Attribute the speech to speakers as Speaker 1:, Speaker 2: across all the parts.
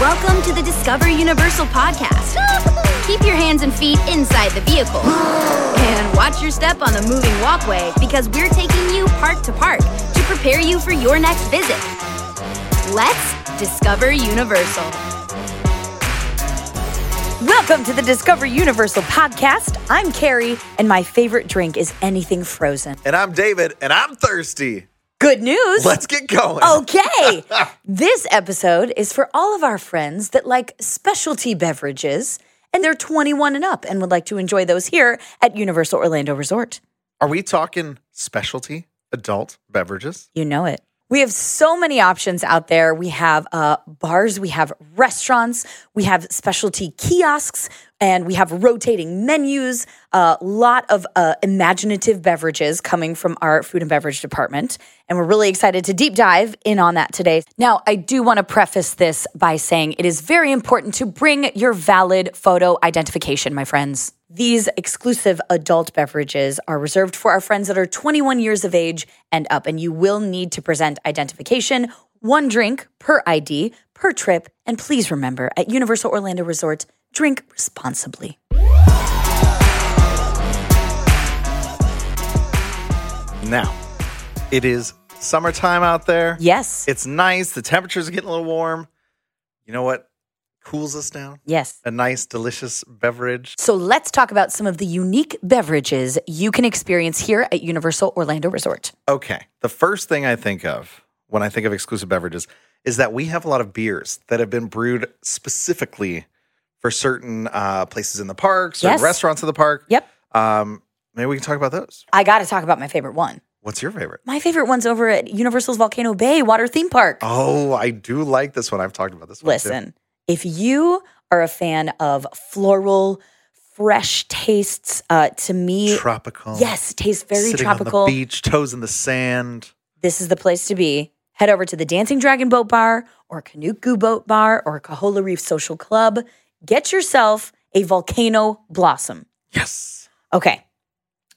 Speaker 1: Welcome to the Discover Universal podcast. Keep your hands and feet inside the vehicle. And watch your step on the moving walkway because we're taking you park to park to prepare you for your next visit. Let's discover Universal.
Speaker 2: Welcome to the Discover Universal podcast. I'm Carrie, and my favorite drink is anything frozen.
Speaker 3: And I'm David, and I'm thirsty.
Speaker 2: Good news.
Speaker 3: Let's get going.
Speaker 2: Oh. Okay. this episode is for all of our friends that like specialty beverages and they're 21 and up and would like to enjoy those here at Universal Orlando Resort.
Speaker 3: Are we talking specialty adult beverages?
Speaker 2: You know it. We have so many options out there. We have uh, bars, we have restaurants, we have specialty kiosks, and we have rotating menus. A lot of uh, imaginative beverages coming from our food and beverage department. And we're really excited to deep dive in on that today. Now, I do want to preface this by saying it is very important to bring your valid photo identification, my friends. These exclusive adult beverages are reserved for our friends that are 21 years of age and up, and you will need to present identification, one drink per ID, per trip, and please remember at Universal Orlando Resort, drink responsibly.
Speaker 3: Now, it is summertime out there.
Speaker 2: Yes.
Speaker 3: It's nice. The temperatures are getting a little warm. You know what cools us down?
Speaker 2: Yes.
Speaker 3: A nice, delicious beverage.
Speaker 2: So let's talk about some of the unique beverages you can experience here at Universal Orlando Resort.
Speaker 3: Okay. The first thing I think of when I think of exclusive beverages is that we have a lot of beers that have been brewed specifically for certain uh, places in the park, certain
Speaker 2: Yes.
Speaker 3: restaurants in the park.
Speaker 2: Yep.
Speaker 3: Um, maybe we can talk about those.
Speaker 2: I got to talk about my favorite one.
Speaker 3: What's your favorite?
Speaker 2: My favorite one's over at Universal's Volcano Bay Water Theme Park.
Speaker 3: Oh, I do like this one. I've talked about this one. too.
Speaker 2: Listen, if you are a fan of floral, fresh tastes, uh, to me,
Speaker 3: tropical.
Speaker 2: yes, tastes very
Speaker 3: Sitting
Speaker 2: tropical.
Speaker 3: On the beach, toes in the sand.
Speaker 2: This is the place to be. Head over to the Dancing Dragon Boat Bar or Kanuku Boat Bar or Cahola Reef Social Club. Get yourself a volcano blossom.
Speaker 3: Yes.
Speaker 2: Okay,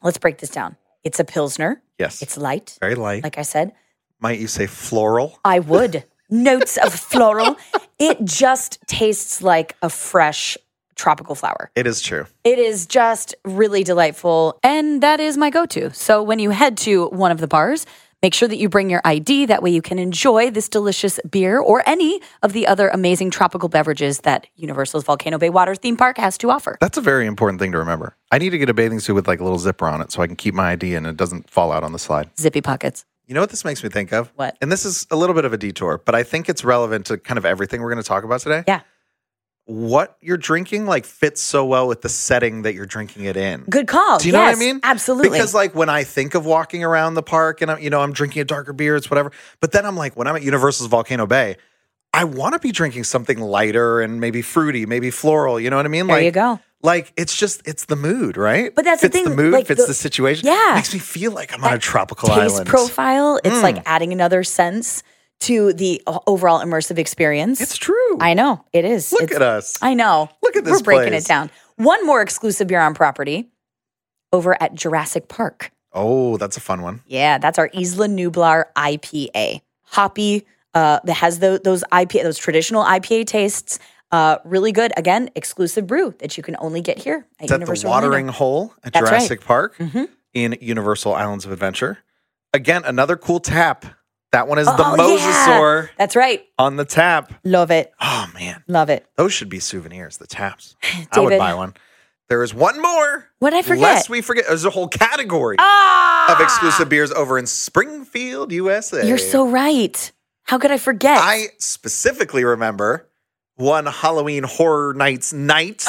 Speaker 2: let's break this down. It's a Pilsner,
Speaker 3: Yes.
Speaker 2: it's light,
Speaker 3: very light.
Speaker 2: like I said.
Speaker 3: Might you say floral?
Speaker 2: I would. Notes of floral. It just tastes like a fresh tropical flower.
Speaker 3: It is true.
Speaker 2: It is just really delightful. And that is my go to. So when you head to one of the bars, make sure that you bring your ID. That way you can enjoy this delicious beer or any of the other amazing tropical beverages that Universal's Volcano Bay Water Theme Park has to offer.
Speaker 3: That's a very important thing to remember. I need to get a bathing suit with like a little zipper on it so I can keep my ID and it doesn't fall out on the slide.
Speaker 2: Zippy Pockets.
Speaker 3: You know what this makes me think of?
Speaker 2: What?
Speaker 3: And this is a little bit of a detour, but I think it's relevant to kind of everything we're going to talk about today.
Speaker 2: Yeah.
Speaker 3: What you're drinking like fits so well with the setting that you're drinking it in.
Speaker 2: Good call.
Speaker 3: Do you know what I
Speaker 2: Oh, Yes,
Speaker 3: mean?
Speaker 2: Absolutely.
Speaker 3: Because like when I think of walking around the park and I'm, you know, I'm drinking a darker beer, it's whatever. But then I'm like, when I'm at Universal's Volcano Bay, I want to be drinking something lighter and maybe fruity, maybe floral. You know what I mean?
Speaker 2: There
Speaker 3: like,
Speaker 2: you go.
Speaker 3: Like it's just it's the mood, right?
Speaker 2: But that's the
Speaker 3: fits
Speaker 2: thing,
Speaker 3: The mood
Speaker 2: like,
Speaker 3: fits the,
Speaker 2: the-
Speaker 3: situation.
Speaker 2: yeah.
Speaker 3: makes me feel like I'm on a tropical
Speaker 2: taste
Speaker 3: island.
Speaker 2: profile, it's
Speaker 3: Hmm.
Speaker 2: like adding another sense to the o- overall immersive experience.
Speaker 3: it's true.
Speaker 2: I know. It is.
Speaker 3: Look
Speaker 2: It's-
Speaker 3: at us.
Speaker 2: I know.
Speaker 3: Look at this
Speaker 2: We're breaking
Speaker 3: place.
Speaker 2: it down. One more exclusive beer on property over at Jurassic Park.
Speaker 3: oh, that's a fun one.
Speaker 2: Yeah, that's our Isla Nublar IPA. Hoppy, uh, that has tho- those IPA, those traditional IPA tastes. Uh, really good. Again, exclusive brew that you can only get here at
Speaker 3: It's at the
Speaker 2: Universal Orlando.
Speaker 3: Watering Hole at
Speaker 2: That's right. Mm-hmm.
Speaker 3: Jurassic Park in Universal Islands of Adventure. Again, another cool tap. That one is the
Speaker 2: Oh,
Speaker 3: Mosasaur
Speaker 2: yeah. That's right.
Speaker 3: on the tap.
Speaker 2: Love it.
Speaker 3: Oh man,
Speaker 2: Love it.
Speaker 3: those should be souvenirs. The taps. I would
Speaker 2: David.
Speaker 3: buy one. There is one more.
Speaker 2: What'd I forget? Ah!
Speaker 3: Lest we forget, there's a whole category of exclusive beers over in Springfield, USA.
Speaker 2: You're so right. How could I forget?
Speaker 3: I specifically remember one Halloween Horror Nights night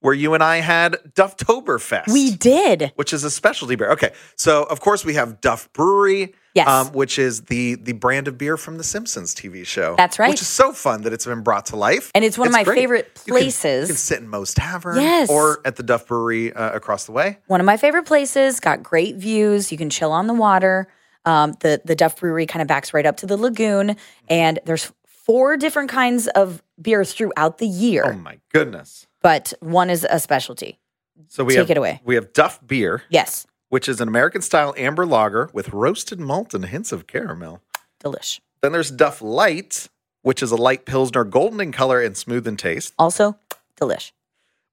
Speaker 3: where you and I had Dufftoberfest.
Speaker 2: we did.
Speaker 3: which is a specialty beer. Okay, so of course we have Duff Brewery, um,
Speaker 2: Yes.
Speaker 3: which is the the brand of beer from the Simpsons TV show.
Speaker 2: That's right.
Speaker 3: Which is so fun that it's been brought to life,
Speaker 2: And it's one of my favorite
Speaker 3: You can- You can,
Speaker 2: places.
Speaker 3: sit in Moe's Tavern,
Speaker 2: Yes.
Speaker 3: or at the Duff Brewery uh, across the way.
Speaker 2: one of my favorite places. Got great views. You can chill on the water. Um, the the Duff Brewery kind of backs right up to the lagoon, and there's four different kinds of beer throughout the year,
Speaker 3: Oh my goodness!
Speaker 2: but one is a specialty.
Speaker 3: So we
Speaker 2: Take
Speaker 3: have,
Speaker 2: it away.
Speaker 3: We have Duff Beer,
Speaker 2: Yes,
Speaker 3: which is an American style amber lager with roasted malt and hints of caramel.
Speaker 2: delish.
Speaker 3: Then there's Duff Light, which is a light pilsner, golden in color and smooth in taste.
Speaker 2: Also, delish.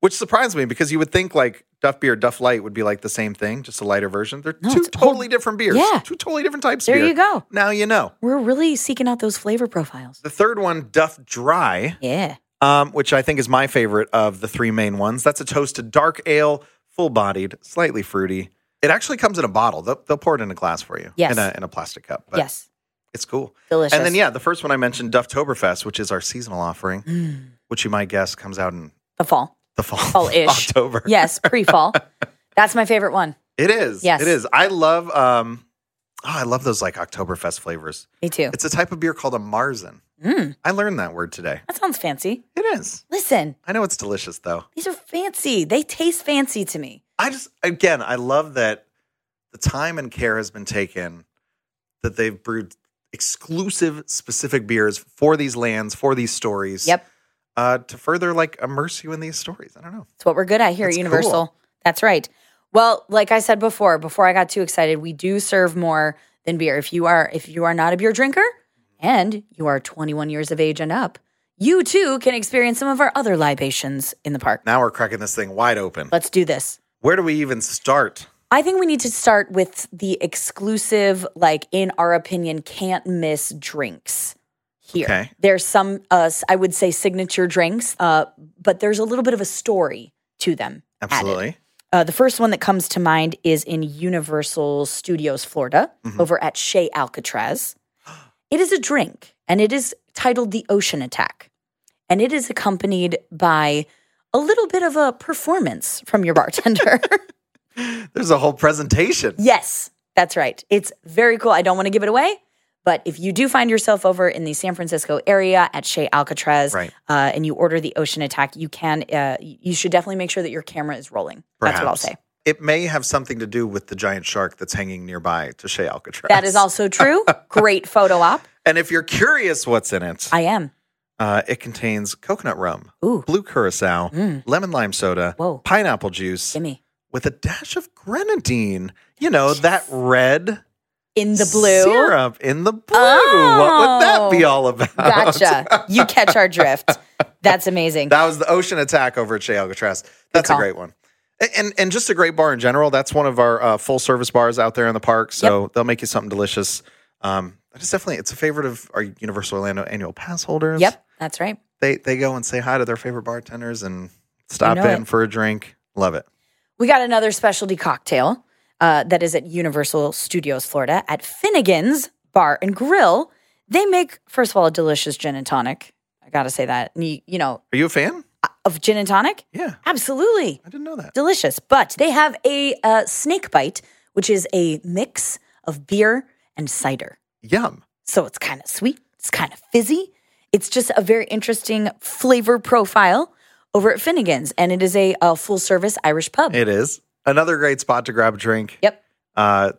Speaker 3: Which surprised me because you would think like Duff Beer, Duff Light would be like the same thing, just a lighter version. They're
Speaker 2: No,
Speaker 3: two
Speaker 2: it's a whole-
Speaker 3: totally different beers.
Speaker 2: Yeah.
Speaker 3: Two totally different types
Speaker 2: There
Speaker 3: of beer.
Speaker 2: you go.
Speaker 3: Now you know.
Speaker 2: We're really seeking out those flavor profiles.
Speaker 3: The third one, Duff Dry,
Speaker 2: Yeah.
Speaker 3: um, which I think is my favorite of the three main ones. That's a toasted dark ale, full bodied, slightly fruity. It actually comes in a bottle. They'll, they'll pour it in a glass for you.
Speaker 2: Yes.
Speaker 3: In a, in a plastic cup. But
Speaker 2: yes.
Speaker 3: It's cool.
Speaker 2: Delicious.
Speaker 3: And then, yeah, the first one I mentioned, Dufftoberfest, which is our seasonal offering,
Speaker 2: Mm.
Speaker 3: which you might guess comes out in
Speaker 2: The fall.
Speaker 3: the fall.
Speaker 2: Fall-ish.
Speaker 3: October.
Speaker 2: Yes, pre fall. That's my favorite one.
Speaker 3: It is.
Speaker 2: Yes.
Speaker 3: It is. I love um oh, I love those like Oktoberfest flavors.
Speaker 2: Me too.
Speaker 3: It's a type of beer called a Marzen.
Speaker 2: Mm.
Speaker 3: I learned that word today.
Speaker 2: That sounds fancy.
Speaker 3: It is.
Speaker 2: Listen,
Speaker 3: I know it's delicious though.
Speaker 2: these are fancy. They taste fancy to me.
Speaker 3: I just again, I love that the time and care has been taken that they've brewed exclusive specific beers for these lands, for these stories.
Speaker 2: Yep.
Speaker 3: Uh, to further like immerse you in these stories. I don't know.
Speaker 2: It's what we're good at here at
Speaker 3: That's
Speaker 2: Universal. That's right. Well, like I said before, before I got too excited, we do serve more than beer. If you are if you are not a beer drinker and you are 21 years of age and up, you too can experience some of our other libations in the park.
Speaker 3: Now we're cracking this thing wide open.
Speaker 2: Let's do this.
Speaker 3: Where do we even start?
Speaker 2: I think we need to start with the exclusive, like in our opinion, can't miss drinks. Here,
Speaker 3: Okay.
Speaker 2: there's some, uh, s- I would say, signature drinks, uh, but there's a little bit of a story to them. added.
Speaker 3: Absolutely.
Speaker 2: Uh, the first one that comes to mind is in Universal Studios, Florida,
Speaker 3: Mm-hmm.
Speaker 2: over at Shea Alcatraz. It is a drink, and it is titled the Ocean Attack, and it is accompanied by a little bit of a performance from your bartender.
Speaker 3: There's a whole presentation.
Speaker 2: Yes, that's right. It's very cool. I don't want to give it away, but if you do find yourself over in the San Francisco area at Shea Alcatraz,
Speaker 3: Right.
Speaker 2: uh, and you order the Ocean Attack, you can. Uh, you should definitely make sure that your camera is rolling. That's what I'll
Speaker 3: Perhaps.
Speaker 2: say.
Speaker 3: It may have something to do with the giant shark that's hanging nearby to Shea Alcatraz.
Speaker 2: That is also true. Great photo op.
Speaker 3: And if you're curious what's in it,
Speaker 2: I am.
Speaker 3: uh, it contains coconut rum,
Speaker 2: Ooh. Mm.
Speaker 3: blue curacao, lemon lime soda,
Speaker 2: Whoa.
Speaker 3: pineapple juice,
Speaker 2: Gimme
Speaker 3: with a dash of grenadine. You know, that red
Speaker 2: in the blue. Oh.
Speaker 3: syrup in the blue. What would that be all about?
Speaker 2: Gotcha. you catch our drift. That's amazing.
Speaker 3: That was the ocean attack over at Shea Alcatraz. That's a
Speaker 2: call.
Speaker 3: great one. A- And and just a great bar in general. That's one of our uh, full service bars out there in the park. So they'll make you something delicious. Um, it's definitely it's a favorite of our Universal Orlando annual pass holders.
Speaker 2: yep, that's right.
Speaker 3: They they go and say hi to their favorite bartenders and stop
Speaker 2: know
Speaker 3: in
Speaker 2: it.
Speaker 3: for a drink. Love it.
Speaker 2: We got another specialty cocktail uh, that is at Universal Studios Florida at Finnegan's Bar and Grill. They make, first of all, a delicious gin and tonic. I gotta say that. And You, you know,
Speaker 3: Are you a fan?
Speaker 2: of gin and tonic?
Speaker 3: Yeah.
Speaker 2: Absolutely.
Speaker 3: I didn't know that.
Speaker 2: Delicious. But they have a uh, snake bite, which is a mix of beer and cider.
Speaker 3: Yum.
Speaker 2: So it's kind of sweet, it's kind of fizzy. It's just a very interesting flavor profile over at Finnegan's. And it is a, uh full service Irish pub.
Speaker 3: It is. Another great spot to grab a drink.
Speaker 2: yep,
Speaker 3: Uh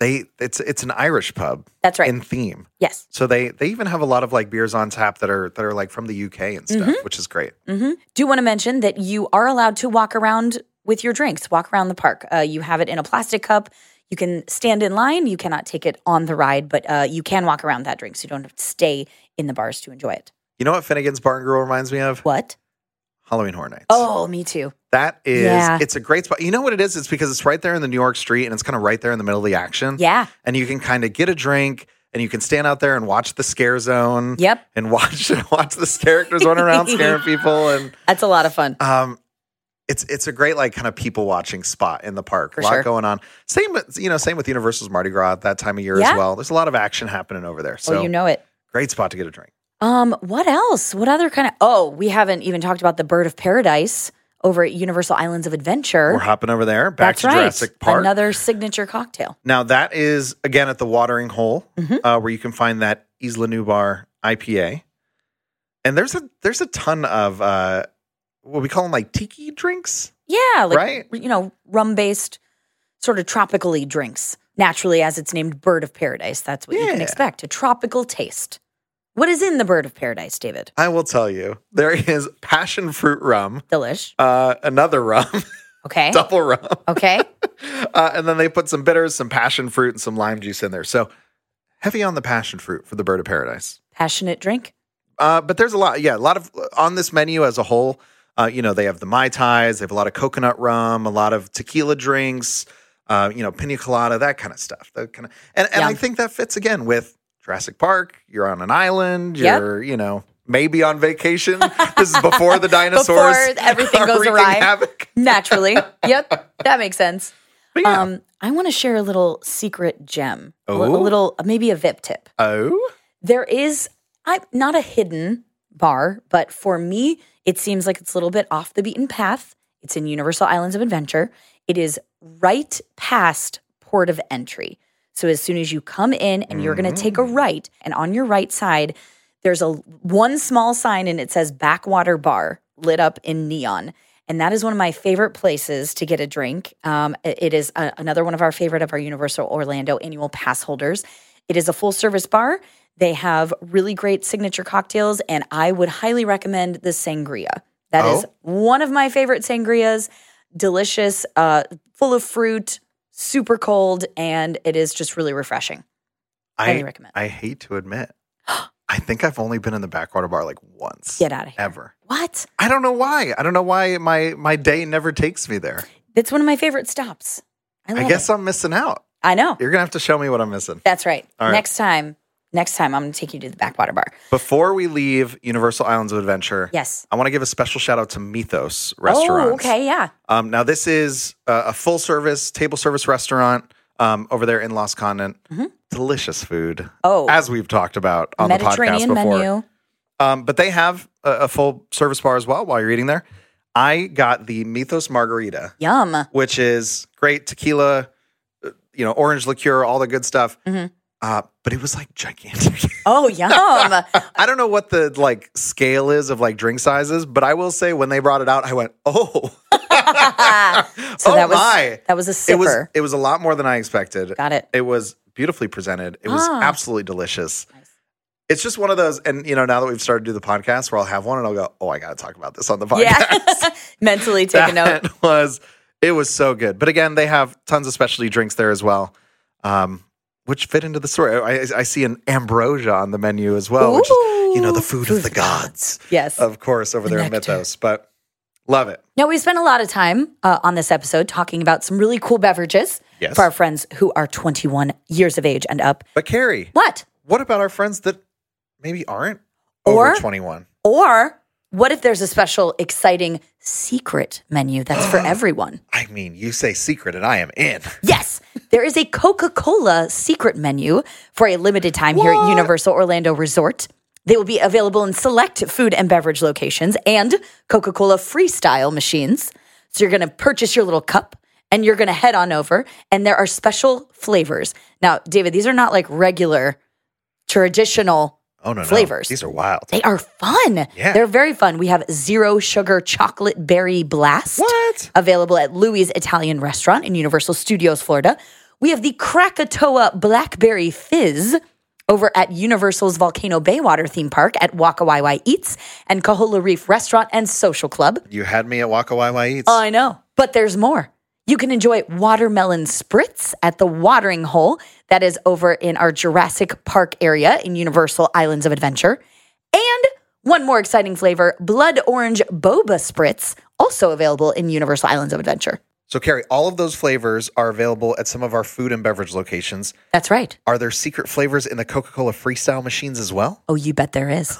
Speaker 3: they it's it's an Irish pub
Speaker 2: that's right.
Speaker 3: in theme.
Speaker 2: yes.
Speaker 3: So they they even have a lot of like beers on tap that are that are like from the UK and stuff, which is great.
Speaker 2: hmm Do want to mention that you are allowed to walk around with your drinks, walk around the park. Uh, you have it in a plastic cup. You can stand in line. You cannot take it on the ride, but uh, you can walk around that drink. So you don't have to stay in the bars to enjoy it.
Speaker 3: You know what Finnegan's Bar and Grill reminds me of?
Speaker 2: What?
Speaker 3: Halloween Horror Nights.
Speaker 2: Oh, me too.
Speaker 3: that is
Speaker 2: Yeah.
Speaker 3: it's a great spot. You know what it is? It's because it's right there in the New York street and it's kind of right there in the middle of the action.
Speaker 2: Yeah.
Speaker 3: And you can kind of get a drink and you can stand out there and watch the scare zone.
Speaker 2: Yep.
Speaker 3: And watch and watch this characters run around scaring people and
Speaker 2: That's a lot of fun.
Speaker 3: um it's it's a great like kind of people watching spot in the park.
Speaker 2: For
Speaker 3: a lot
Speaker 2: sure.
Speaker 3: going on. Same with you know, same with Universal's Mardi Gras at that time of year
Speaker 2: Yeah.
Speaker 3: as well. There's a lot of action happening over there. So
Speaker 2: oh, you know it.
Speaker 3: great spot to get a drink.
Speaker 2: Um, what else? What other kind of? Oh, we haven't even talked about the Bird of Paradise over at Universal Islands of Adventure.
Speaker 3: We're hopping over there back
Speaker 2: That's
Speaker 3: to
Speaker 2: right.
Speaker 3: Jurassic Park.
Speaker 2: Another signature cocktail.
Speaker 3: now that is again at the Watering Hole,
Speaker 2: Mm-hmm.
Speaker 3: uh, where you can find that Isla Nubar IPA. And there's a there's a ton of uh, what we call them like tiki drinks.
Speaker 2: Yeah, like
Speaker 3: Right?
Speaker 2: you know, rum based sort of tropically drinks. Naturally, as it's named, Bird of Paradise. That's what you can
Speaker 3: Yeah.
Speaker 2: expect—a tropical taste. What is in the Bird of Paradise, David?
Speaker 3: I will tell you, there is passion fruit rum,
Speaker 2: Delish.
Speaker 3: uh, another rum,
Speaker 2: Eh. Okay.
Speaker 3: double rum,
Speaker 2: Okay.
Speaker 3: uh, and then they put some bitters, some passion fruit, and some lime juice in there. So heavy on the passion fruit for the Bird of Paradise.
Speaker 2: Passionate drink.
Speaker 3: Uh, but there's a lot. Yeah, a lot of on this menu as a whole. Uh, you know, they have the mai tais. They have a lot of coconut rum, a lot of tequila drinks. Uh, you know, pina colada, that kind of stuff. That kind of, and and
Speaker 2: Yeah.
Speaker 3: I think that fits again with Jurassic Park. You're on an island.
Speaker 2: Yep.
Speaker 3: You're you know maybe on vacation. this is before the dinosaurs.
Speaker 2: Before everything
Speaker 3: are
Speaker 2: goes
Speaker 3: wreaking
Speaker 2: awry.
Speaker 3: havoc.
Speaker 2: Naturally. yep. That makes sense.
Speaker 3: But yeah.
Speaker 2: Um, I want to share a little secret gem, a li- a
Speaker 3: Oh?
Speaker 2: little, maybe a VIP tip.
Speaker 3: oh,
Speaker 2: There is, I not a hidden bar, but for me, it seems like it's a little bit off the beaten path. It's in Universal Islands of Adventure. It is right past port of entry. So as soon as you come in and you're going to take a right, and on your right side, there's a one small sign and it says Backwater Bar lit up in neon. And that is one of my favorite places to get a drink. Um, it it is a- another one of our favorite of our Universal Orlando annual pass holders. It is a full service bar. They have really great signature cocktails, and I would highly recommend the sangria. That is
Speaker 3: Oh.
Speaker 2: one of my favorite sangrias. Delicious, uh, full of fruit, super cold, and it is just really refreshing. Highly
Speaker 3: I
Speaker 2: recommend.
Speaker 3: I hate to admit, I think I've only been in the backwater bar like once.
Speaker 2: Get out of here.
Speaker 3: Ever.
Speaker 2: What?
Speaker 3: I don't know why. I don't know why my my day never takes me there.
Speaker 2: That's one of my favorite stops. I, love
Speaker 3: I guess
Speaker 2: it.
Speaker 3: I'm missing out.
Speaker 2: I know.
Speaker 3: You're gonna have to show me what I'm missing.
Speaker 2: That's right.
Speaker 3: All right.
Speaker 2: Next time, next time, I'm going to take you to the backwater bar.
Speaker 3: Before we leave Universal Islands of Adventure,
Speaker 2: Yes.
Speaker 3: I want to give a special shout out to Mythos Restaurant.
Speaker 2: Oh, okay. Yeah.
Speaker 3: Um, now this is uh, a full service table service restaurant um, over there in Lost Continent. Delicious food.
Speaker 2: Mm-hmm. Oh.
Speaker 3: as we've talked about on the podcast
Speaker 2: Mediterranean
Speaker 3: before.
Speaker 2: menu.
Speaker 3: Um, but they have a, a full service bar as well while you're eating there. I got the Mythos Margarita,
Speaker 2: Yum.
Speaker 3: which is great tequila, uh, you know, orange liqueur, all the good stuff.
Speaker 2: Mm-hmm.
Speaker 3: Uh, but it was like gigantic.
Speaker 2: Oh, yum.
Speaker 3: I don't know what the like scale is of like drink sizes, but I will say when they brought it out, I went, oh,
Speaker 2: Uh, so
Speaker 3: Oh
Speaker 2: that was
Speaker 3: my.
Speaker 2: that was a
Speaker 3: it was
Speaker 2: sipper.
Speaker 3: it was a lot more than I expected.
Speaker 2: Got it.
Speaker 3: It was beautifully presented. It was
Speaker 2: Ah.
Speaker 3: absolutely delicious. It's just one of those, and you know, now that we've started to do the podcast, where I'll have one and I'll go, oh, I got to talk about this on the podcast.
Speaker 2: Yeah. Mentally take a note.
Speaker 3: that was it was so good. But again, they have tons of specialty drinks there as well, um, which fit into the story. I, I see an ambrosia on the menu as well, which is you know the
Speaker 2: Ooh.
Speaker 3: food,
Speaker 2: Food
Speaker 3: of the gods,
Speaker 2: Yes.
Speaker 3: of course, over there in
Speaker 2: nectar.
Speaker 3: Mythos. But love it.
Speaker 2: Now, we spent a lot of time uh, on this episode talking about some really cool beverages
Speaker 3: Yes.
Speaker 2: for our friends who are 21 years of age and up.
Speaker 3: But Carrie,
Speaker 2: What?
Speaker 3: what about our friends that maybe aren't
Speaker 2: Or-
Speaker 3: over twenty one?
Speaker 2: Or what if there's a special, exciting secret menu that's for everyone?
Speaker 3: I mean, you say secret, and I am in.
Speaker 2: Yes, there is a Coca Cola secret menu for a limited time here at Universal Orlando Resort. They will be available in select food and beverage locations and Coca Cola freestyle machines. So you're going to purchase your little cup and you're going to head on over, and there are special flavors. Now, David, these are not like regular, traditional
Speaker 3: Oh no, no,
Speaker 2: Flavors.
Speaker 3: These are wild.
Speaker 2: they are fun.
Speaker 3: Yeah.
Speaker 2: They're very fun. We have zero sugar chocolate berry blast.
Speaker 3: What?
Speaker 2: Available at Louis Italian Restaurant in Universal Studios, Florida. We have the Krakatoa Blackberry Fizz over at Universal's Volcano Baywater theme park at Waka Wai Wai Eats and Cahola Reef Restaurant and Social Club.
Speaker 3: You had me at Waka Wai Eats.
Speaker 2: I know. But there's more. You can enjoy watermelon spritz at the watering hole that is over in our Jurassic Park area in Universal Islands of Adventure. And one more exciting flavor, blood orange boba spritz, also available in Universal Islands of Adventure.
Speaker 3: so Carrie, all of those flavors are available at some of our food and beverage locations.
Speaker 2: That's right.
Speaker 3: Are there secret flavors in the Coca Cola freestyle machines as well?
Speaker 2: Oh, you bet there is.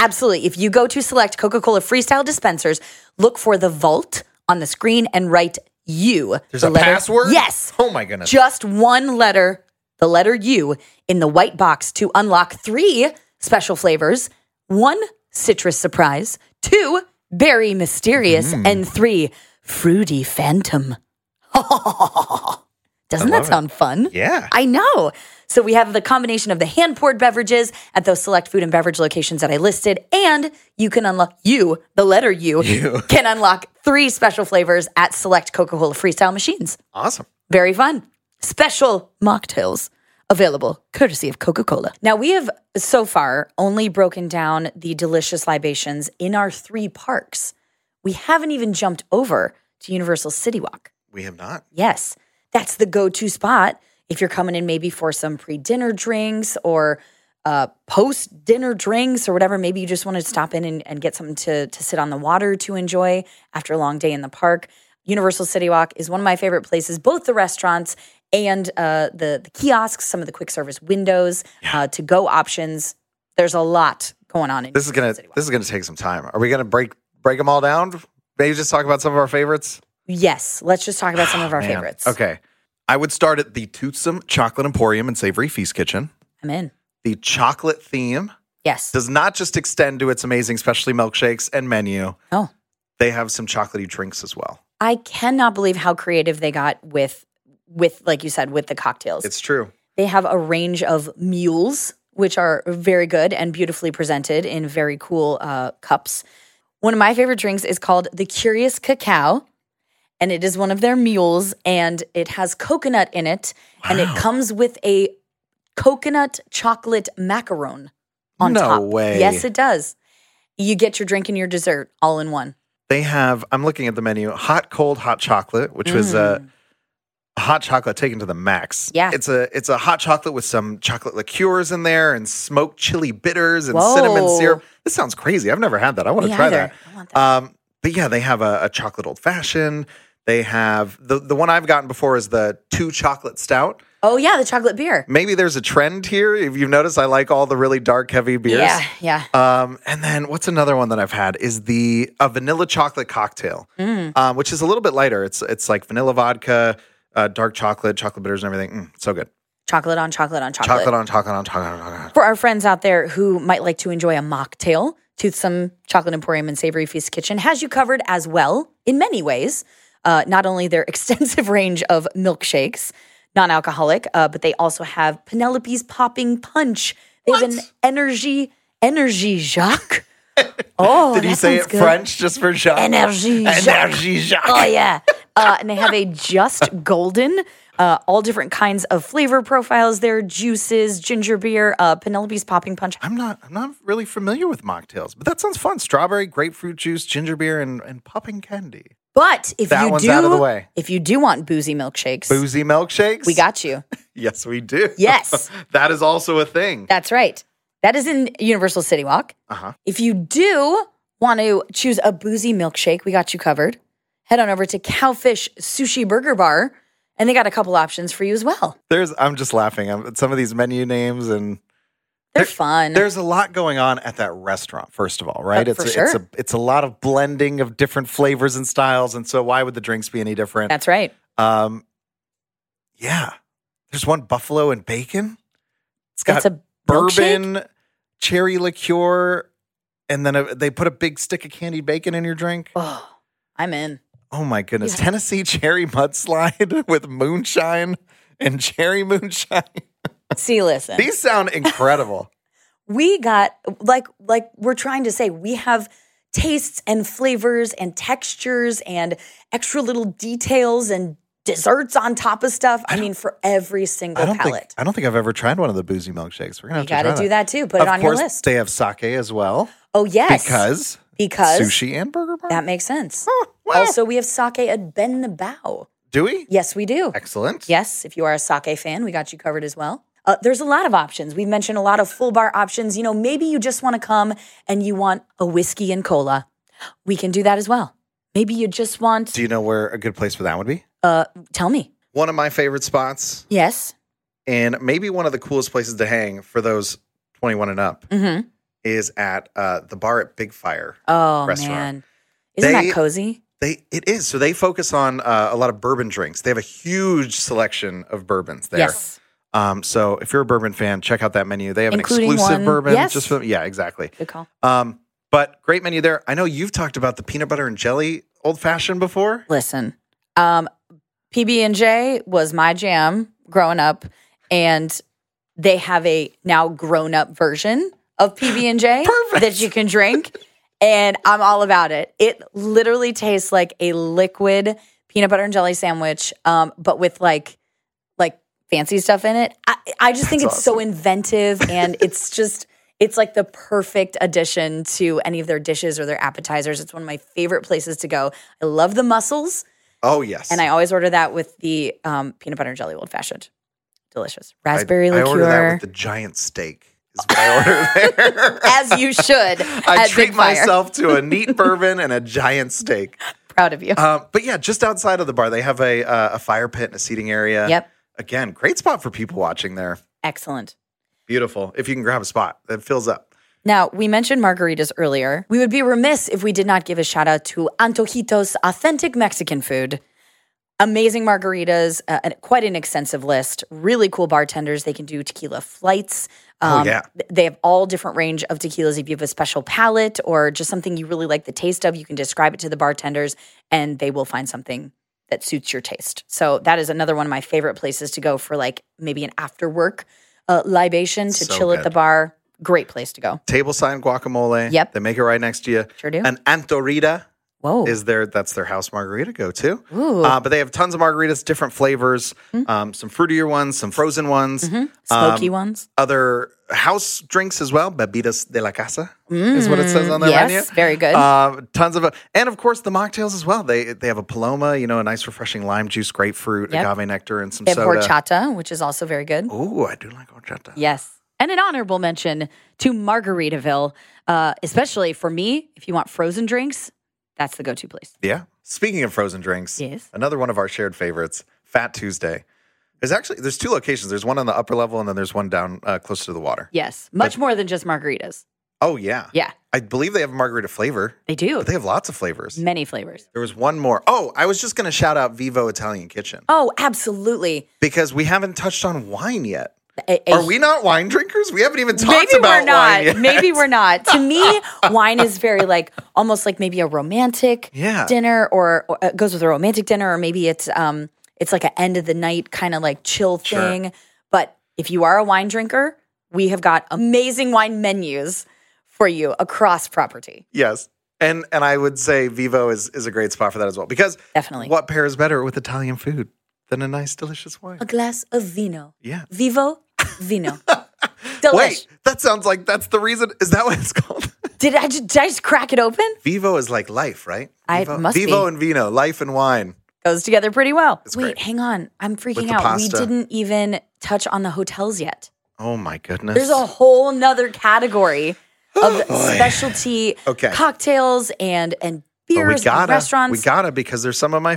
Speaker 2: Absolutely. If you go to select Coca Cola freestyle dispensers, look for the vault on the screen and write U.
Speaker 3: There's
Speaker 2: the
Speaker 3: a
Speaker 2: letter-
Speaker 3: password?
Speaker 2: Yes.
Speaker 3: Oh my goodness.
Speaker 2: Just one letter, the letter U, in the white box to unlock three special flavors one citrus surprise, two berry mysterious,
Speaker 3: Mm.
Speaker 2: and three fruity phantom. Doesn't that
Speaker 3: love it.
Speaker 2: sound fun?
Speaker 3: Yeah.
Speaker 2: I know. So we have the combination of the hand poured beverages at those select food and beverage locations that I listed, and you can unlock you, the letter U, can unlock three special flavors at select Coca Cola freestyle machines.
Speaker 3: Awesome.
Speaker 2: Very fun. Special mocktails available courtesy of Coca Cola. Now, we have so far only broken down the delicious libations in our three parks. We haven't even jumped over to Universal City Walk.
Speaker 3: We have not.
Speaker 2: Yes, that's the go to spot if you're coming in maybe for some pre dinner drinks or uh, post dinner drinks or whatever. Maybe you just want to stop in and, and get something to, to sit on the water to enjoy after a long day in the park. Universal City Walk is one of my favorite places, both the restaurants and uh, the, the kiosks, some of the quick service windows, uh, to go options. There's a lot going on in
Speaker 3: This is gonna this is gonna take some time. Are we gonna break break them all down? Maybe just talk about some of our favorites.
Speaker 2: Yes, let's just talk about some of our
Speaker 3: Ah, Man,
Speaker 2: favorites.
Speaker 3: Okay, I would start at the Toothsome Chocolate Emporium and Savory Feast Kitchen.
Speaker 2: I'm in.
Speaker 3: The chocolate theme
Speaker 2: Yes.
Speaker 3: does not just extend to its amazing specialty milkshakes and menu.
Speaker 2: Oh.
Speaker 3: They have some chocolatey drinks as well.
Speaker 2: I cannot believe how creative they got with with like you said with the cocktails.
Speaker 3: It's true.
Speaker 2: they have a range of mules which are very good and beautifully presented in very cool uh, cups. One of my favorite drinks is called the Curious Cacao, and it is one of their mules, and it has coconut in it, and it comes with a coconut chocolate macaron on
Speaker 3: No
Speaker 2: top.
Speaker 3: way.
Speaker 2: Yes, it does. You get your drink and your dessert all in one.
Speaker 3: They have. I'm looking at the menu. Hot cold hot chocolate, which was uh, hot chocolate taken to the max.
Speaker 2: Mm. Yeah.
Speaker 3: it's a it's a hot chocolate with some chocolate liqueurs in there and smoked chili bitters and cinnamon
Speaker 2: Whoa.
Speaker 3: syrup. This sounds crazy. I've never had that. I want to
Speaker 2: Me
Speaker 3: try
Speaker 2: either.
Speaker 3: that.
Speaker 2: I want that.
Speaker 3: Um, but yeah, they have a, a chocolate old fashioned. They have the the one I've gotten before is the two chocolate stout.
Speaker 2: Oh yeah, the chocolate beer.
Speaker 3: Maybe there's a trend here. If you've noticed, I like all the really dark, heavy beers.
Speaker 2: Yeah, yeah.
Speaker 3: Um, and then what's another one that I've had is the a vanilla chocolate cocktail,
Speaker 2: Mm.
Speaker 3: um, which is a little bit lighter. It's it's like vanilla vodka, uh, dark chocolate, chocolate bitters, and everything. Mm, so good.
Speaker 2: Chocolate on chocolate on chocolate.
Speaker 3: Chocolate on chocolate on chocolate on chocolate.
Speaker 2: For our friends out there who might like to enjoy a mocktail, Toothsome Chocolate Emporium and Savory Feast Kitchen has you covered as well in many ways. Uh, not only their extensive range of milkshakes, non alcoholic, uh, but they also have Penelope's Popping Punch. They have an energy, energy Jacques. oh,
Speaker 3: Did
Speaker 2: that
Speaker 3: you say
Speaker 2: sounds
Speaker 3: it
Speaker 2: good.
Speaker 3: French just for Jacques?
Speaker 2: Energy Jacques.
Speaker 3: Energy Jacques.
Speaker 2: Oh yeah. Uh, and they have a just golden, uh, all different kinds of flavor profiles there, juices, ginger beer, uh, Penelope's popping punch.
Speaker 3: I'm not I'm not really familiar with mocktails, but that sounds fun. Strawberry, grapefruit juice, ginger beer, and, and popping candy.
Speaker 2: But if
Speaker 3: That
Speaker 2: you
Speaker 3: one's
Speaker 2: do
Speaker 3: out of the way.
Speaker 2: if you do want boozy milkshakes,
Speaker 3: Boozy milkshakes.
Speaker 2: we got you.
Speaker 3: Yes, we do.
Speaker 2: Yes.
Speaker 3: that is also a thing.
Speaker 2: That's right. That is in Universal City Walk.
Speaker 3: Uh-huh.
Speaker 2: If you do want to choose a boozy milkshake, we got you covered. Head on over to Cowfish Sushi Burger Bar, and they got a couple options for you as well.
Speaker 3: There's I'm just laughing I'm- at some of these menu names and
Speaker 2: They're fun.
Speaker 3: There's a lot going on at that restaurant, first of all, right?
Speaker 2: Oh,
Speaker 3: it's
Speaker 2: for
Speaker 3: a, it's
Speaker 2: sure.
Speaker 3: a it's a lot of blending of different flavors and styles, and so why would the drinks be any different?
Speaker 2: That's right.
Speaker 3: um, yeah, there's one buffalo and bacon. It's got
Speaker 2: That's a milkshake?
Speaker 3: bourbon, cherry liqueur, and then a, they put a big stick of candied bacon in your drink.
Speaker 2: Oh, I'm in.
Speaker 3: Oh my goodness, Tennessee cherry mudslide with moonshine and cherry moonshine.
Speaker 2: See, listen.
Speaker 3: These sound incredible.
Speaker 2: we got like like we're trying to say we have tastes and flavors and textures and extra little details and desserts on top of stuff. I, mean, for every single
Speaker 3: I don't think
Speaker 2: palate,
Speaker 3: I don't think I've ever tried one of the boozy milkshakes. We're gonna have
Speaker 2: you
Speaker 3: to try
Speaker 2: got to do that too. Put
Speaker 3: of
Speaker 2: it on your
Speaker 3: course,
Speaker 2: list.
Speaker 3: they have sake as well
Speaker 2: oh yes,
Speaker 3: because
Speaker 2: because
Speaker 3: sushi and burger bar.
Speaker 2: that makes sense.
Speaker 3: Huh, wow.
Speaker 2: Also, we have sake at Ben the Bow.
Speaker 3: do we?
Speaker 2: Yes, we do.
Speaker 3: Excellent.
Speaker 2: Yes, if you are a sake fan, we got you covered as well. Uh, there's a lot of options. We've mentioned a lot of full bar options. You know, maybe you just want to come and you want a whiskey and cola. We can do that as well. Maybe you just want,
Speaker 3: Do you know where a good place for that would be?
Speaker 2: uh, tell me.
Speaker 3: One of my favorite spots,
Speaker 2: Yes.
Speaker 3: and maybe one of the coolest places to hang for those 21 and up,
Speaker 2: Mm-hmm.
Speaker 3: is at uh, the bar at Big Fire.
Speaker 2: Oh,
Speaker 3: Restaurant.
Speaker 2: man. Isn't
Speaker 3: They-
Speaker 2: that cozy?
Speaker 3: They it is so they focus on uh, a lot of bourbon drinks. They have a huge selection of bourbons there.
Speaker 2: Yes.
Speaker 3: Um, so if you're a bourbon fan, check out that menu. They have
Speaker 2: Including
Speaker 3: an exclusive
Speaker 2: one-
Speaker 3: bourbon
Speaker 2: yes.
Speaker 3: just for yeah, exactly.
Speaker 2: Good call.
Speaker 3: Um, but great menu there. I know you've talked about the peanut butter and jelly old fashioned before.
Speaker 2: Listen, um, PB&J was my jam growing up and they have a now grown up version of PB&J that you can drink and I'm all about it. It literally tastes like a liquid peanut butter and jelly sandwich um, but with like like fancy stuff in it. I, I just think it's so inventive and it's just it's like the perfect addition to any of their dishes or their appetizers. It's one of my favorite places to go. I love the mussels.
Speaker 3: Oh yes,
Speaker 2: And I always order that with the um, peanut butter and jelly old fashioned. Delicious.
Speaker 3: I-
Speaker 2: Raspberry
Speaker 3: I,
Speaker 2: liqueur.
Speaker 3: order that with the giant steak. is what I order there.
Speaker 2: as you should.
Speaker 3: I
Speaker 2: at
Speaker 3: treat
Speaker 2: Big Fire.
Speaker 3: myself to a neat bourbon and a giant steak.
Speaker 2: Proud of you.
Speaker 3: Uh, but yeah, just outside of the bar, they have a uh, a fire pit and a seating area.
Speaker 2: Yep.
Speaker 3: Again, great spot for people watching there.
Speaker 2: Excellent.
Speaker 3: Beautiful. If you can grab a spot, that fills up.
Speaker 2: Now, we mentioned margaritas earlier. We would be remiss if we did not give a shout out to Antojitos Authentic Mexican Food. Amazing margaritas, uh, and quite an extensive list. Really cool bartenders. They can do tequila flights. Um,
Speaker 3: Oh, yeah.
Speaker 2: th- They have all different range of tequilas. If you have a special palate or just something you really like the taste of, you can describe it to the bartenders and they will find something that suits your taste. So that is another one of my favorite places to go for like maybe an after work uh, libation to
Speaker 3: So
Speaker 2: chill at
Speaker 3: good.
Speaker 2: the bar. Great place to go.
Speaker 3: Table sign guacamole.
Speaker 2: Yep.
Speaker 3: They make it right next to you.
Speaker 2: Sure do.
Speaker 3: An antorita
Speaker 2: Whoa.
Speaker 3: is their that's their house margarita go to.
Speaker 2: Ooh. Mm-hmm.
Speaker 3: Uh, but they have tons of margaritas, different flavors, um, some fruitier ones, some frozen ones, um,
Speaker 2: smoky ones.
Speaker 3: other house drinks as well. Bebidas de la casa is what it says on their
Speaker 2: Mm, yes,
Speaker 3: menu.
Speaker 2: very good.
Speaker 3: Uh, tons of, and of course the mocktails as well. They they have a paloma, you know, a nice refreshing lime juice, grapefruit,
Speaker 2: Yep.
Speaker 3: agave nectar, and some
Speaker 2: They have
Speaker 3: soda.
Speaker 2: horchata, which is also very good.
Speaker 3: Ooh, I do like horchata.
Speaker 2: Yes. And an honorable mention to Margaritaville, uh, especially for me, if you want frozen drinks, that's the go to place.
Speaker 3: Yeah. Speaking of frozen drinks,
Speaker 2: Yes.
Speaker 3: another one of our shared favorites, Fat Tuesday. There's actually there's two locations. There's one on the upper level, and then there's one down uh, closer to the water.
Speaker 2: Yes. Much more than just margaritas.
Speaker 3: Oh yeah,
Speaker 2: Yeah,
Speaker 3: I believe they have margarita flavor.
Speaker 2: they do.
Speaker 3: But they have lots of flavors.
Speaker 2: Many flavors.
Speaker 3: There was one more. Oh, I was just going to shout out Vivo Italian Kitchen
Speaker 2: Oh, absolutely.
Speaker 3: because we haven't touched on wine yet.
Speaker 2: A- a
Speaker 3: Are we not wine drinkers? We haven't even talked
Speaker 2: maybe
Speaker 3: about
Speaker 2: we're not
Speaker 3: wine yet.
Speaker 2: maybe we're not to me wine is very like almost like maybe a romantic
Speaker 3: Yeah.
Speaker 2: dinner or, or it goes with a romantic dinner or maybe it's um it's like an end of the night kind of like chill
Speaker 3: Sure.
Speaker 2: thing but if you are a wine drinker we have got amazing wine menus for you across property
Speaker 3: Yes. And and I would say Vivo is is a great spot for that as well because
Speaker 2: Definitely.
Speaker 3: what pairs better with Italian food than a nice delicious wine?
Speaker 2: a glass of vino
Speaker 3: Yeah.
Speaker 2: vivo vino delish
Speaker 3: Wait, that sounds like that's the reason. Is that what it's called?
Speaker 2: did i just, did i just crack it open
Speaker 3: Vivo is like life, right?
Speaker 2: I-
Speaker 3: Vivo,
Speaker 2: must
Speaker 3: Vivo
Speaker 2: be.
Speaker 3: and vino, life and wine.
Speaker 2: goes together pretty well wait
Speaker 3: great.
Speaker 2: hang on i'm freaking
Speaker 3: the
Speaker 2: out
Speaker 3: pasta.
Speaker 2: we didn't even touch on the hotels yet
Speaker 3: Oh my goodness.
Speaker 2: There's a whole nother category of specialty
Speaker 3: Okay.
Speaker 2: cocktails and and
Speaker 3: But
Speaker 2: beers
Speaker 3: we gotta,
Speaker 2: and restaurants.
Speaker 3: We gotta because they're some of my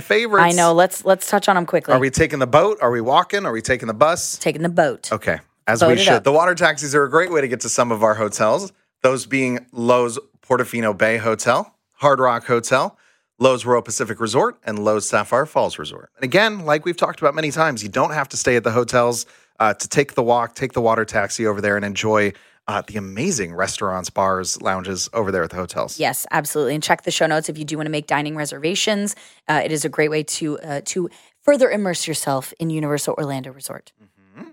Speaker 2: I
Speaker 3: favorites.
Speaker 2: know. Let's let's touch on them quickly.
Speaker 3: Are we taking the boat? Are we walking? Are we taking the bus?
Speaker 2: taking the boat?
Speaker 3: Okay, as
Speaker 2: Boat
Speaker 3: we
Speaker 2: it
Speaker 3: should.
Speaker 2: up.
Speaker 3: The water taxis are a great way to get to some of our hotels. Those being Lowe's Portofino Bay Hotel, Hard Rock Hotel, Lowe's Royal Pacific Resort, and Lowe's Sapphire Falls Resort. And again, like we've talked about many times, you don't have to stay at the hotels uh, to take the walk, take the water taxi over there, and enjoy uh, the amazing restaurants, bars, lounges over there at the hotels.
Speaker 2: Yes, absolutely. And check the show notes if you do want to make dining reservations. Uh, it is a great way to uh, to further immerse yourself in Universal Orlando Resort.
Speaker 3: Mm-hmm.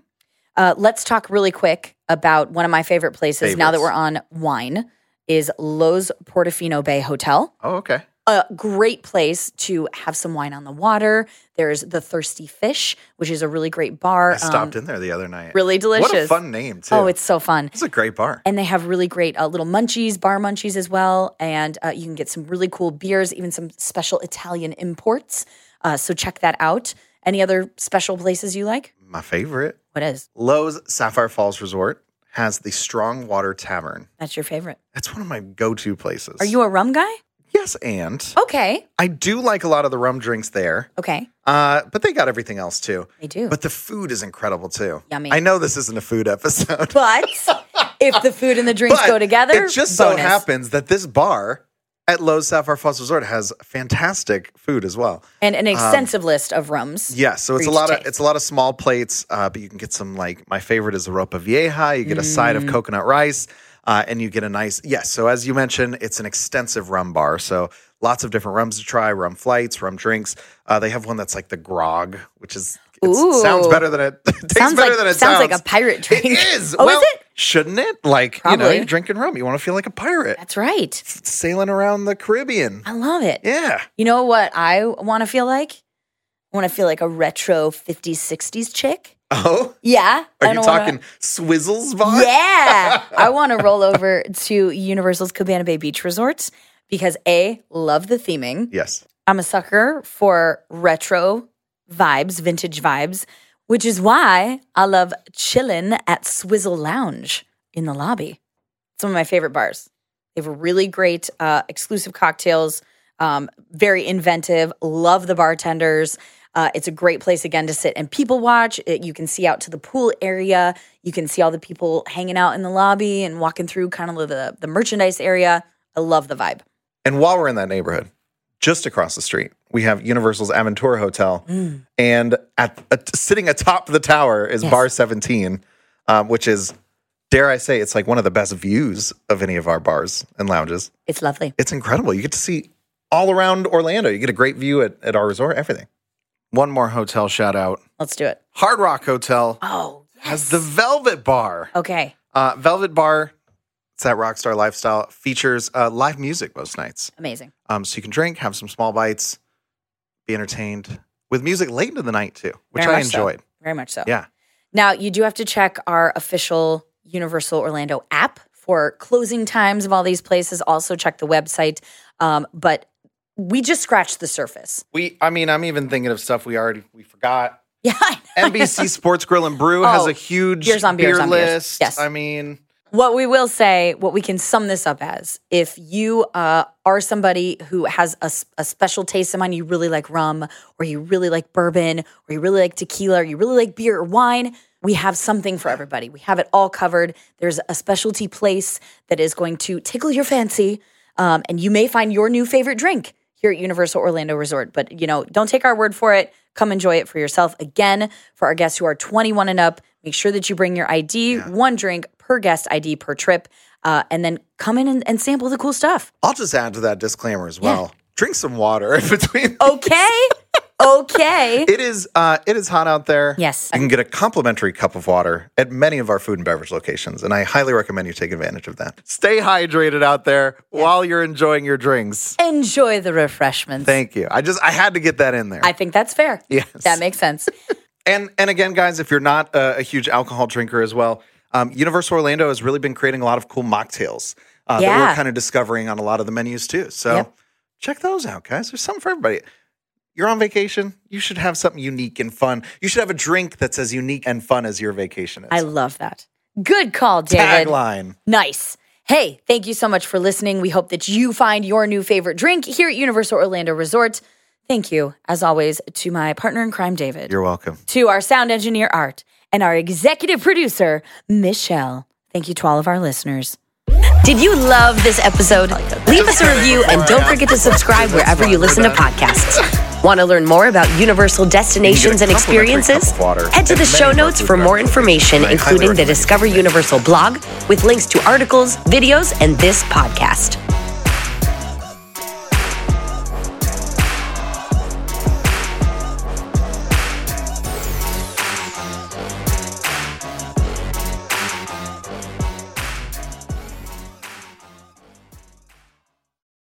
Speaker 2: Uh, let's talk really quick about one of my favorite places. Now that we're
Speaker 3: Favorites.
Speaker 2: on wine, is Lowe's Portofino Bay Hotel.
Speaker 3: Oh, okay.
Speaker 2: a great place to have some wine on the water. There's the Thirsty Fish, which is a really great bar.
Speaker 3: I stopped in there the other night.
Speaker 2: Um, really delicious.
Speaker 3: What a fun name too.
Speaker 2: Oh, it's so fun.
Speaker 3: it's a great bar.
Speaker 2: And they have really great uh, little munchies, bar munchies as well. And uh, you can get some really cool beers, even some special Italian imports. Uh, so check that out. Any other special places you like?
Speaker 3: My favorite.
Speaker 2: What is?
Speaker 3: Lowe's Sapphire Falls Resort has the Strong Water Tavern.
Speaker 2: That's your favorite.
Speaker 3: That's one of my go-to places.
Speaker 2: Are you a rum guy?
Speaker 3: Yes, and
Speaker 2: Okay.
Speaker 3: I do like a lot of the rum drinks there,
Speaker 2: Okay.
Speaker 3: uh, but they got everything else too.
Speaker 2: They do.
Speaker 3: But the food is incredible too.
Speaker 2: Yummy.
Speaker 3: I know this isn't a food episode.
Speaker 2: But if the food and the drinks
Speaker 3: but
Speaker 2: go together,
Speaker 3: It just so
Speaker 2: bonus.
Speaker 3: happens that this bar at Lowe's Sapphire Falls Resort has fantastic food as well.
Speaker 2: And an extensive list of rums.
Speaker 3: Yeah, so it's a
Speaker 2: each
Speaker 3: lot of
Speaker 2: taste.
Speaker 3: it's a lot of small plates, uh, but you can get some like my favorite is a ropa vieja. You get a side
Speaker 2: Mm.
Speaker 3: of coconut rice, uh, and you get a nice yes. So as you mentioned, it's an extensive rum bar, so lots of different rums to try: rum flights, rum drinks. Uh, they have one that's like the grog, which is it
Speaker 2: Ooh.
Speaker 3: sounds better than it, it tastes
Speaker 2: Sounds
Speaker 3: better
Speaker 2: like-
Speaker 3: than it
Speaker 2: sounds
Speaker 3: sounds.
Speaker 2: like a pirate drink.
Speaker 3: It is.
Speaker 2: Oh, is
Speaker 3: Well,
Speaker 2: it?
Speaker 3: Shouldn't it? Like you know,
Speaker 2: Probably.
Speaker 3: you're drinking rum. You want to feel like a pirate
Speaker 2: That's right.
Speaker 3: sailing around the Caribbean.
Speaker 2: I love it.
Speaker 3: Yeah.
Speaker 2: You know what I want to feel like? I want to feel like a retro 50s, 60s chick.
Speaker 3: Oh,
Speaker 2: Yeah.
Speaker 3: are
Speaker 2: I
Speaker 3: you
Speaker 2: don't
Speaker 3: talking
Speaker 2: wanna-
Speaker 3: Swizzles bar?
Speaker 2: yeah. I want to roll over to Universal's Cabana Bay Beach Resorts because A, love the theming.
Speaker 3: Yes.
Speaker 2: I'm a sucker for retro vibes, vintage vibes, which is why I love chillin' at Swizzle Lounge in the lobby. Some of my favorite bars. They have really great uh, exclusive cocktails, um, very inventive. Love the bartenders. Uh, it's a great place again to sit and people watch. It- you can see out to the pool area. You can see all the people hanging out in the lobby and walking through kind of the, the merchandise area. I love the vibe.
Speaker 3: And while we're in that neighborhood, just across the street, we have Universal's Aventura Hotel, and at, at- sitting atop the tower is
Speaker 2: Yes.
Speaker 3: Bar Seventeen, um, which is, dare I say, it's like one of the best views of any of our bars and lounges.
Speaker 2: It's lovely.
Speaker 3: It's incredible. You get to see all around Orlando. You get a great view at, at our resort. Everything. One more hotel shout out:
Speaker 2: Let's do it.
Speaker 3: Hard Rock Hotel
Speaker 2: Oh,
Speaker 3: has the Velvet Bar.
Speaker 2: okay.
Speaker 3: Uh, Velvet Bar, it's that rock star lifestyle. Features uh, live music most nights.
Speaker 2: Amazing.
Speaker 3: Um, so you can drink, have some small bites, be entertained with music late into the night too, which
Speaker 2: Very
Speaker 3: I
Speaker 2: much so.
Speaker 3: enjoyed.
Speaker 2: Very much so.
Speaker 3: Yeah.
Speaker 2: Now, you do have to check our official Universal Orlando app for closing times of all these places. Also, check the website. Um, but we just scratched the surface.
Speaker 3: We, I mean, I'm even thinking of stuff we already we forgot.
Speaker 2: Yeah. I know.
Speaker 3: NBC Sports Grill and Brew has
Speaker 2: Oh,
Speaker 3: a huge
Speaker 2: beers on beers
Speaker 3: beer
Speaker 2: on beers.
Speaker 3: list.
Speaker 2: Yes.
Speaker 3: I mean,
Speaker 2: What we will say, what we can sum this up as, if you uh, are somebody who has a, s- a special taste in mind, you really like rum, or you really like bourbon, or you really like tequila, or you really like beer or wine, we have something for everybody. We have it all covered. There's a specialty place that is going to tickle your fancy, um, and you may find your new favorite drink here at Universal Orlando Resort. But you know, don't take our word for it. Come enjoy it for yourself. Again, for our guests who are 21 and up, make sure that you bring your ID, one drink per guest ID per trip, uh, and then come in and, and sample the cool stuff.
Speaker 3: I'll just add to that disclaimer as well. Drink some water in between.
Speaker 2: Oh. Okay, okay.
Speaker 3: It is uh, it is hot out there.
Speaker 2: Yes.
Speaker 3: You can get a complimentary cup of water at many of our food and beverage locations, and I highly recommend you take advantage of that. Stay hydrated out there while you're enjoying your drinks.
Speaker 2: Enjoy the refreshments.
Speaker 3: Thank you. I just I had to get that in there.
Speaker 2: I think that's fair.
Speaker 3: Yes.
Speaker 2: that makes sense.
Speaker 3: and and again, guys, if you're not a, a huge alcohol drinker as well, um, Universal Orlando has really been creating a lot of cool mocktails uh, that
Speaker 2: Yeah.
Speaker 3: we're kind of discovering on a lot of the menus too. So
Speaker 2: Yep.
Speaker 3: check those out, guys. There's something for everybody. You're on vacation. You should have something unique and fun. You should have a drink that's as unique and fun as your vacation is.
Speaker 2: I love that. Good call, David.
Speaker 3: Tagline.
Speaker 2: Nice. Hey, thank you so much for listening. We hope that you find your new favorite drink here at Universal Orlando Resort. Thank you, as always, to my partner in crime, David,
Speaker 3: You're welcome.
Speaker 2: to our sound engineer, Art, and our executive producer, Michelle. Thank you to all of our listeners.
Speaker 4: Did you love this episode? Leave us a review and don't forget to subscribe wherever you listen to podcasts. Want to learn more about Universal destinations and experiences? Head to the show notes for more information, including the Discover Universal blog with links to articles, videos, and this podcast.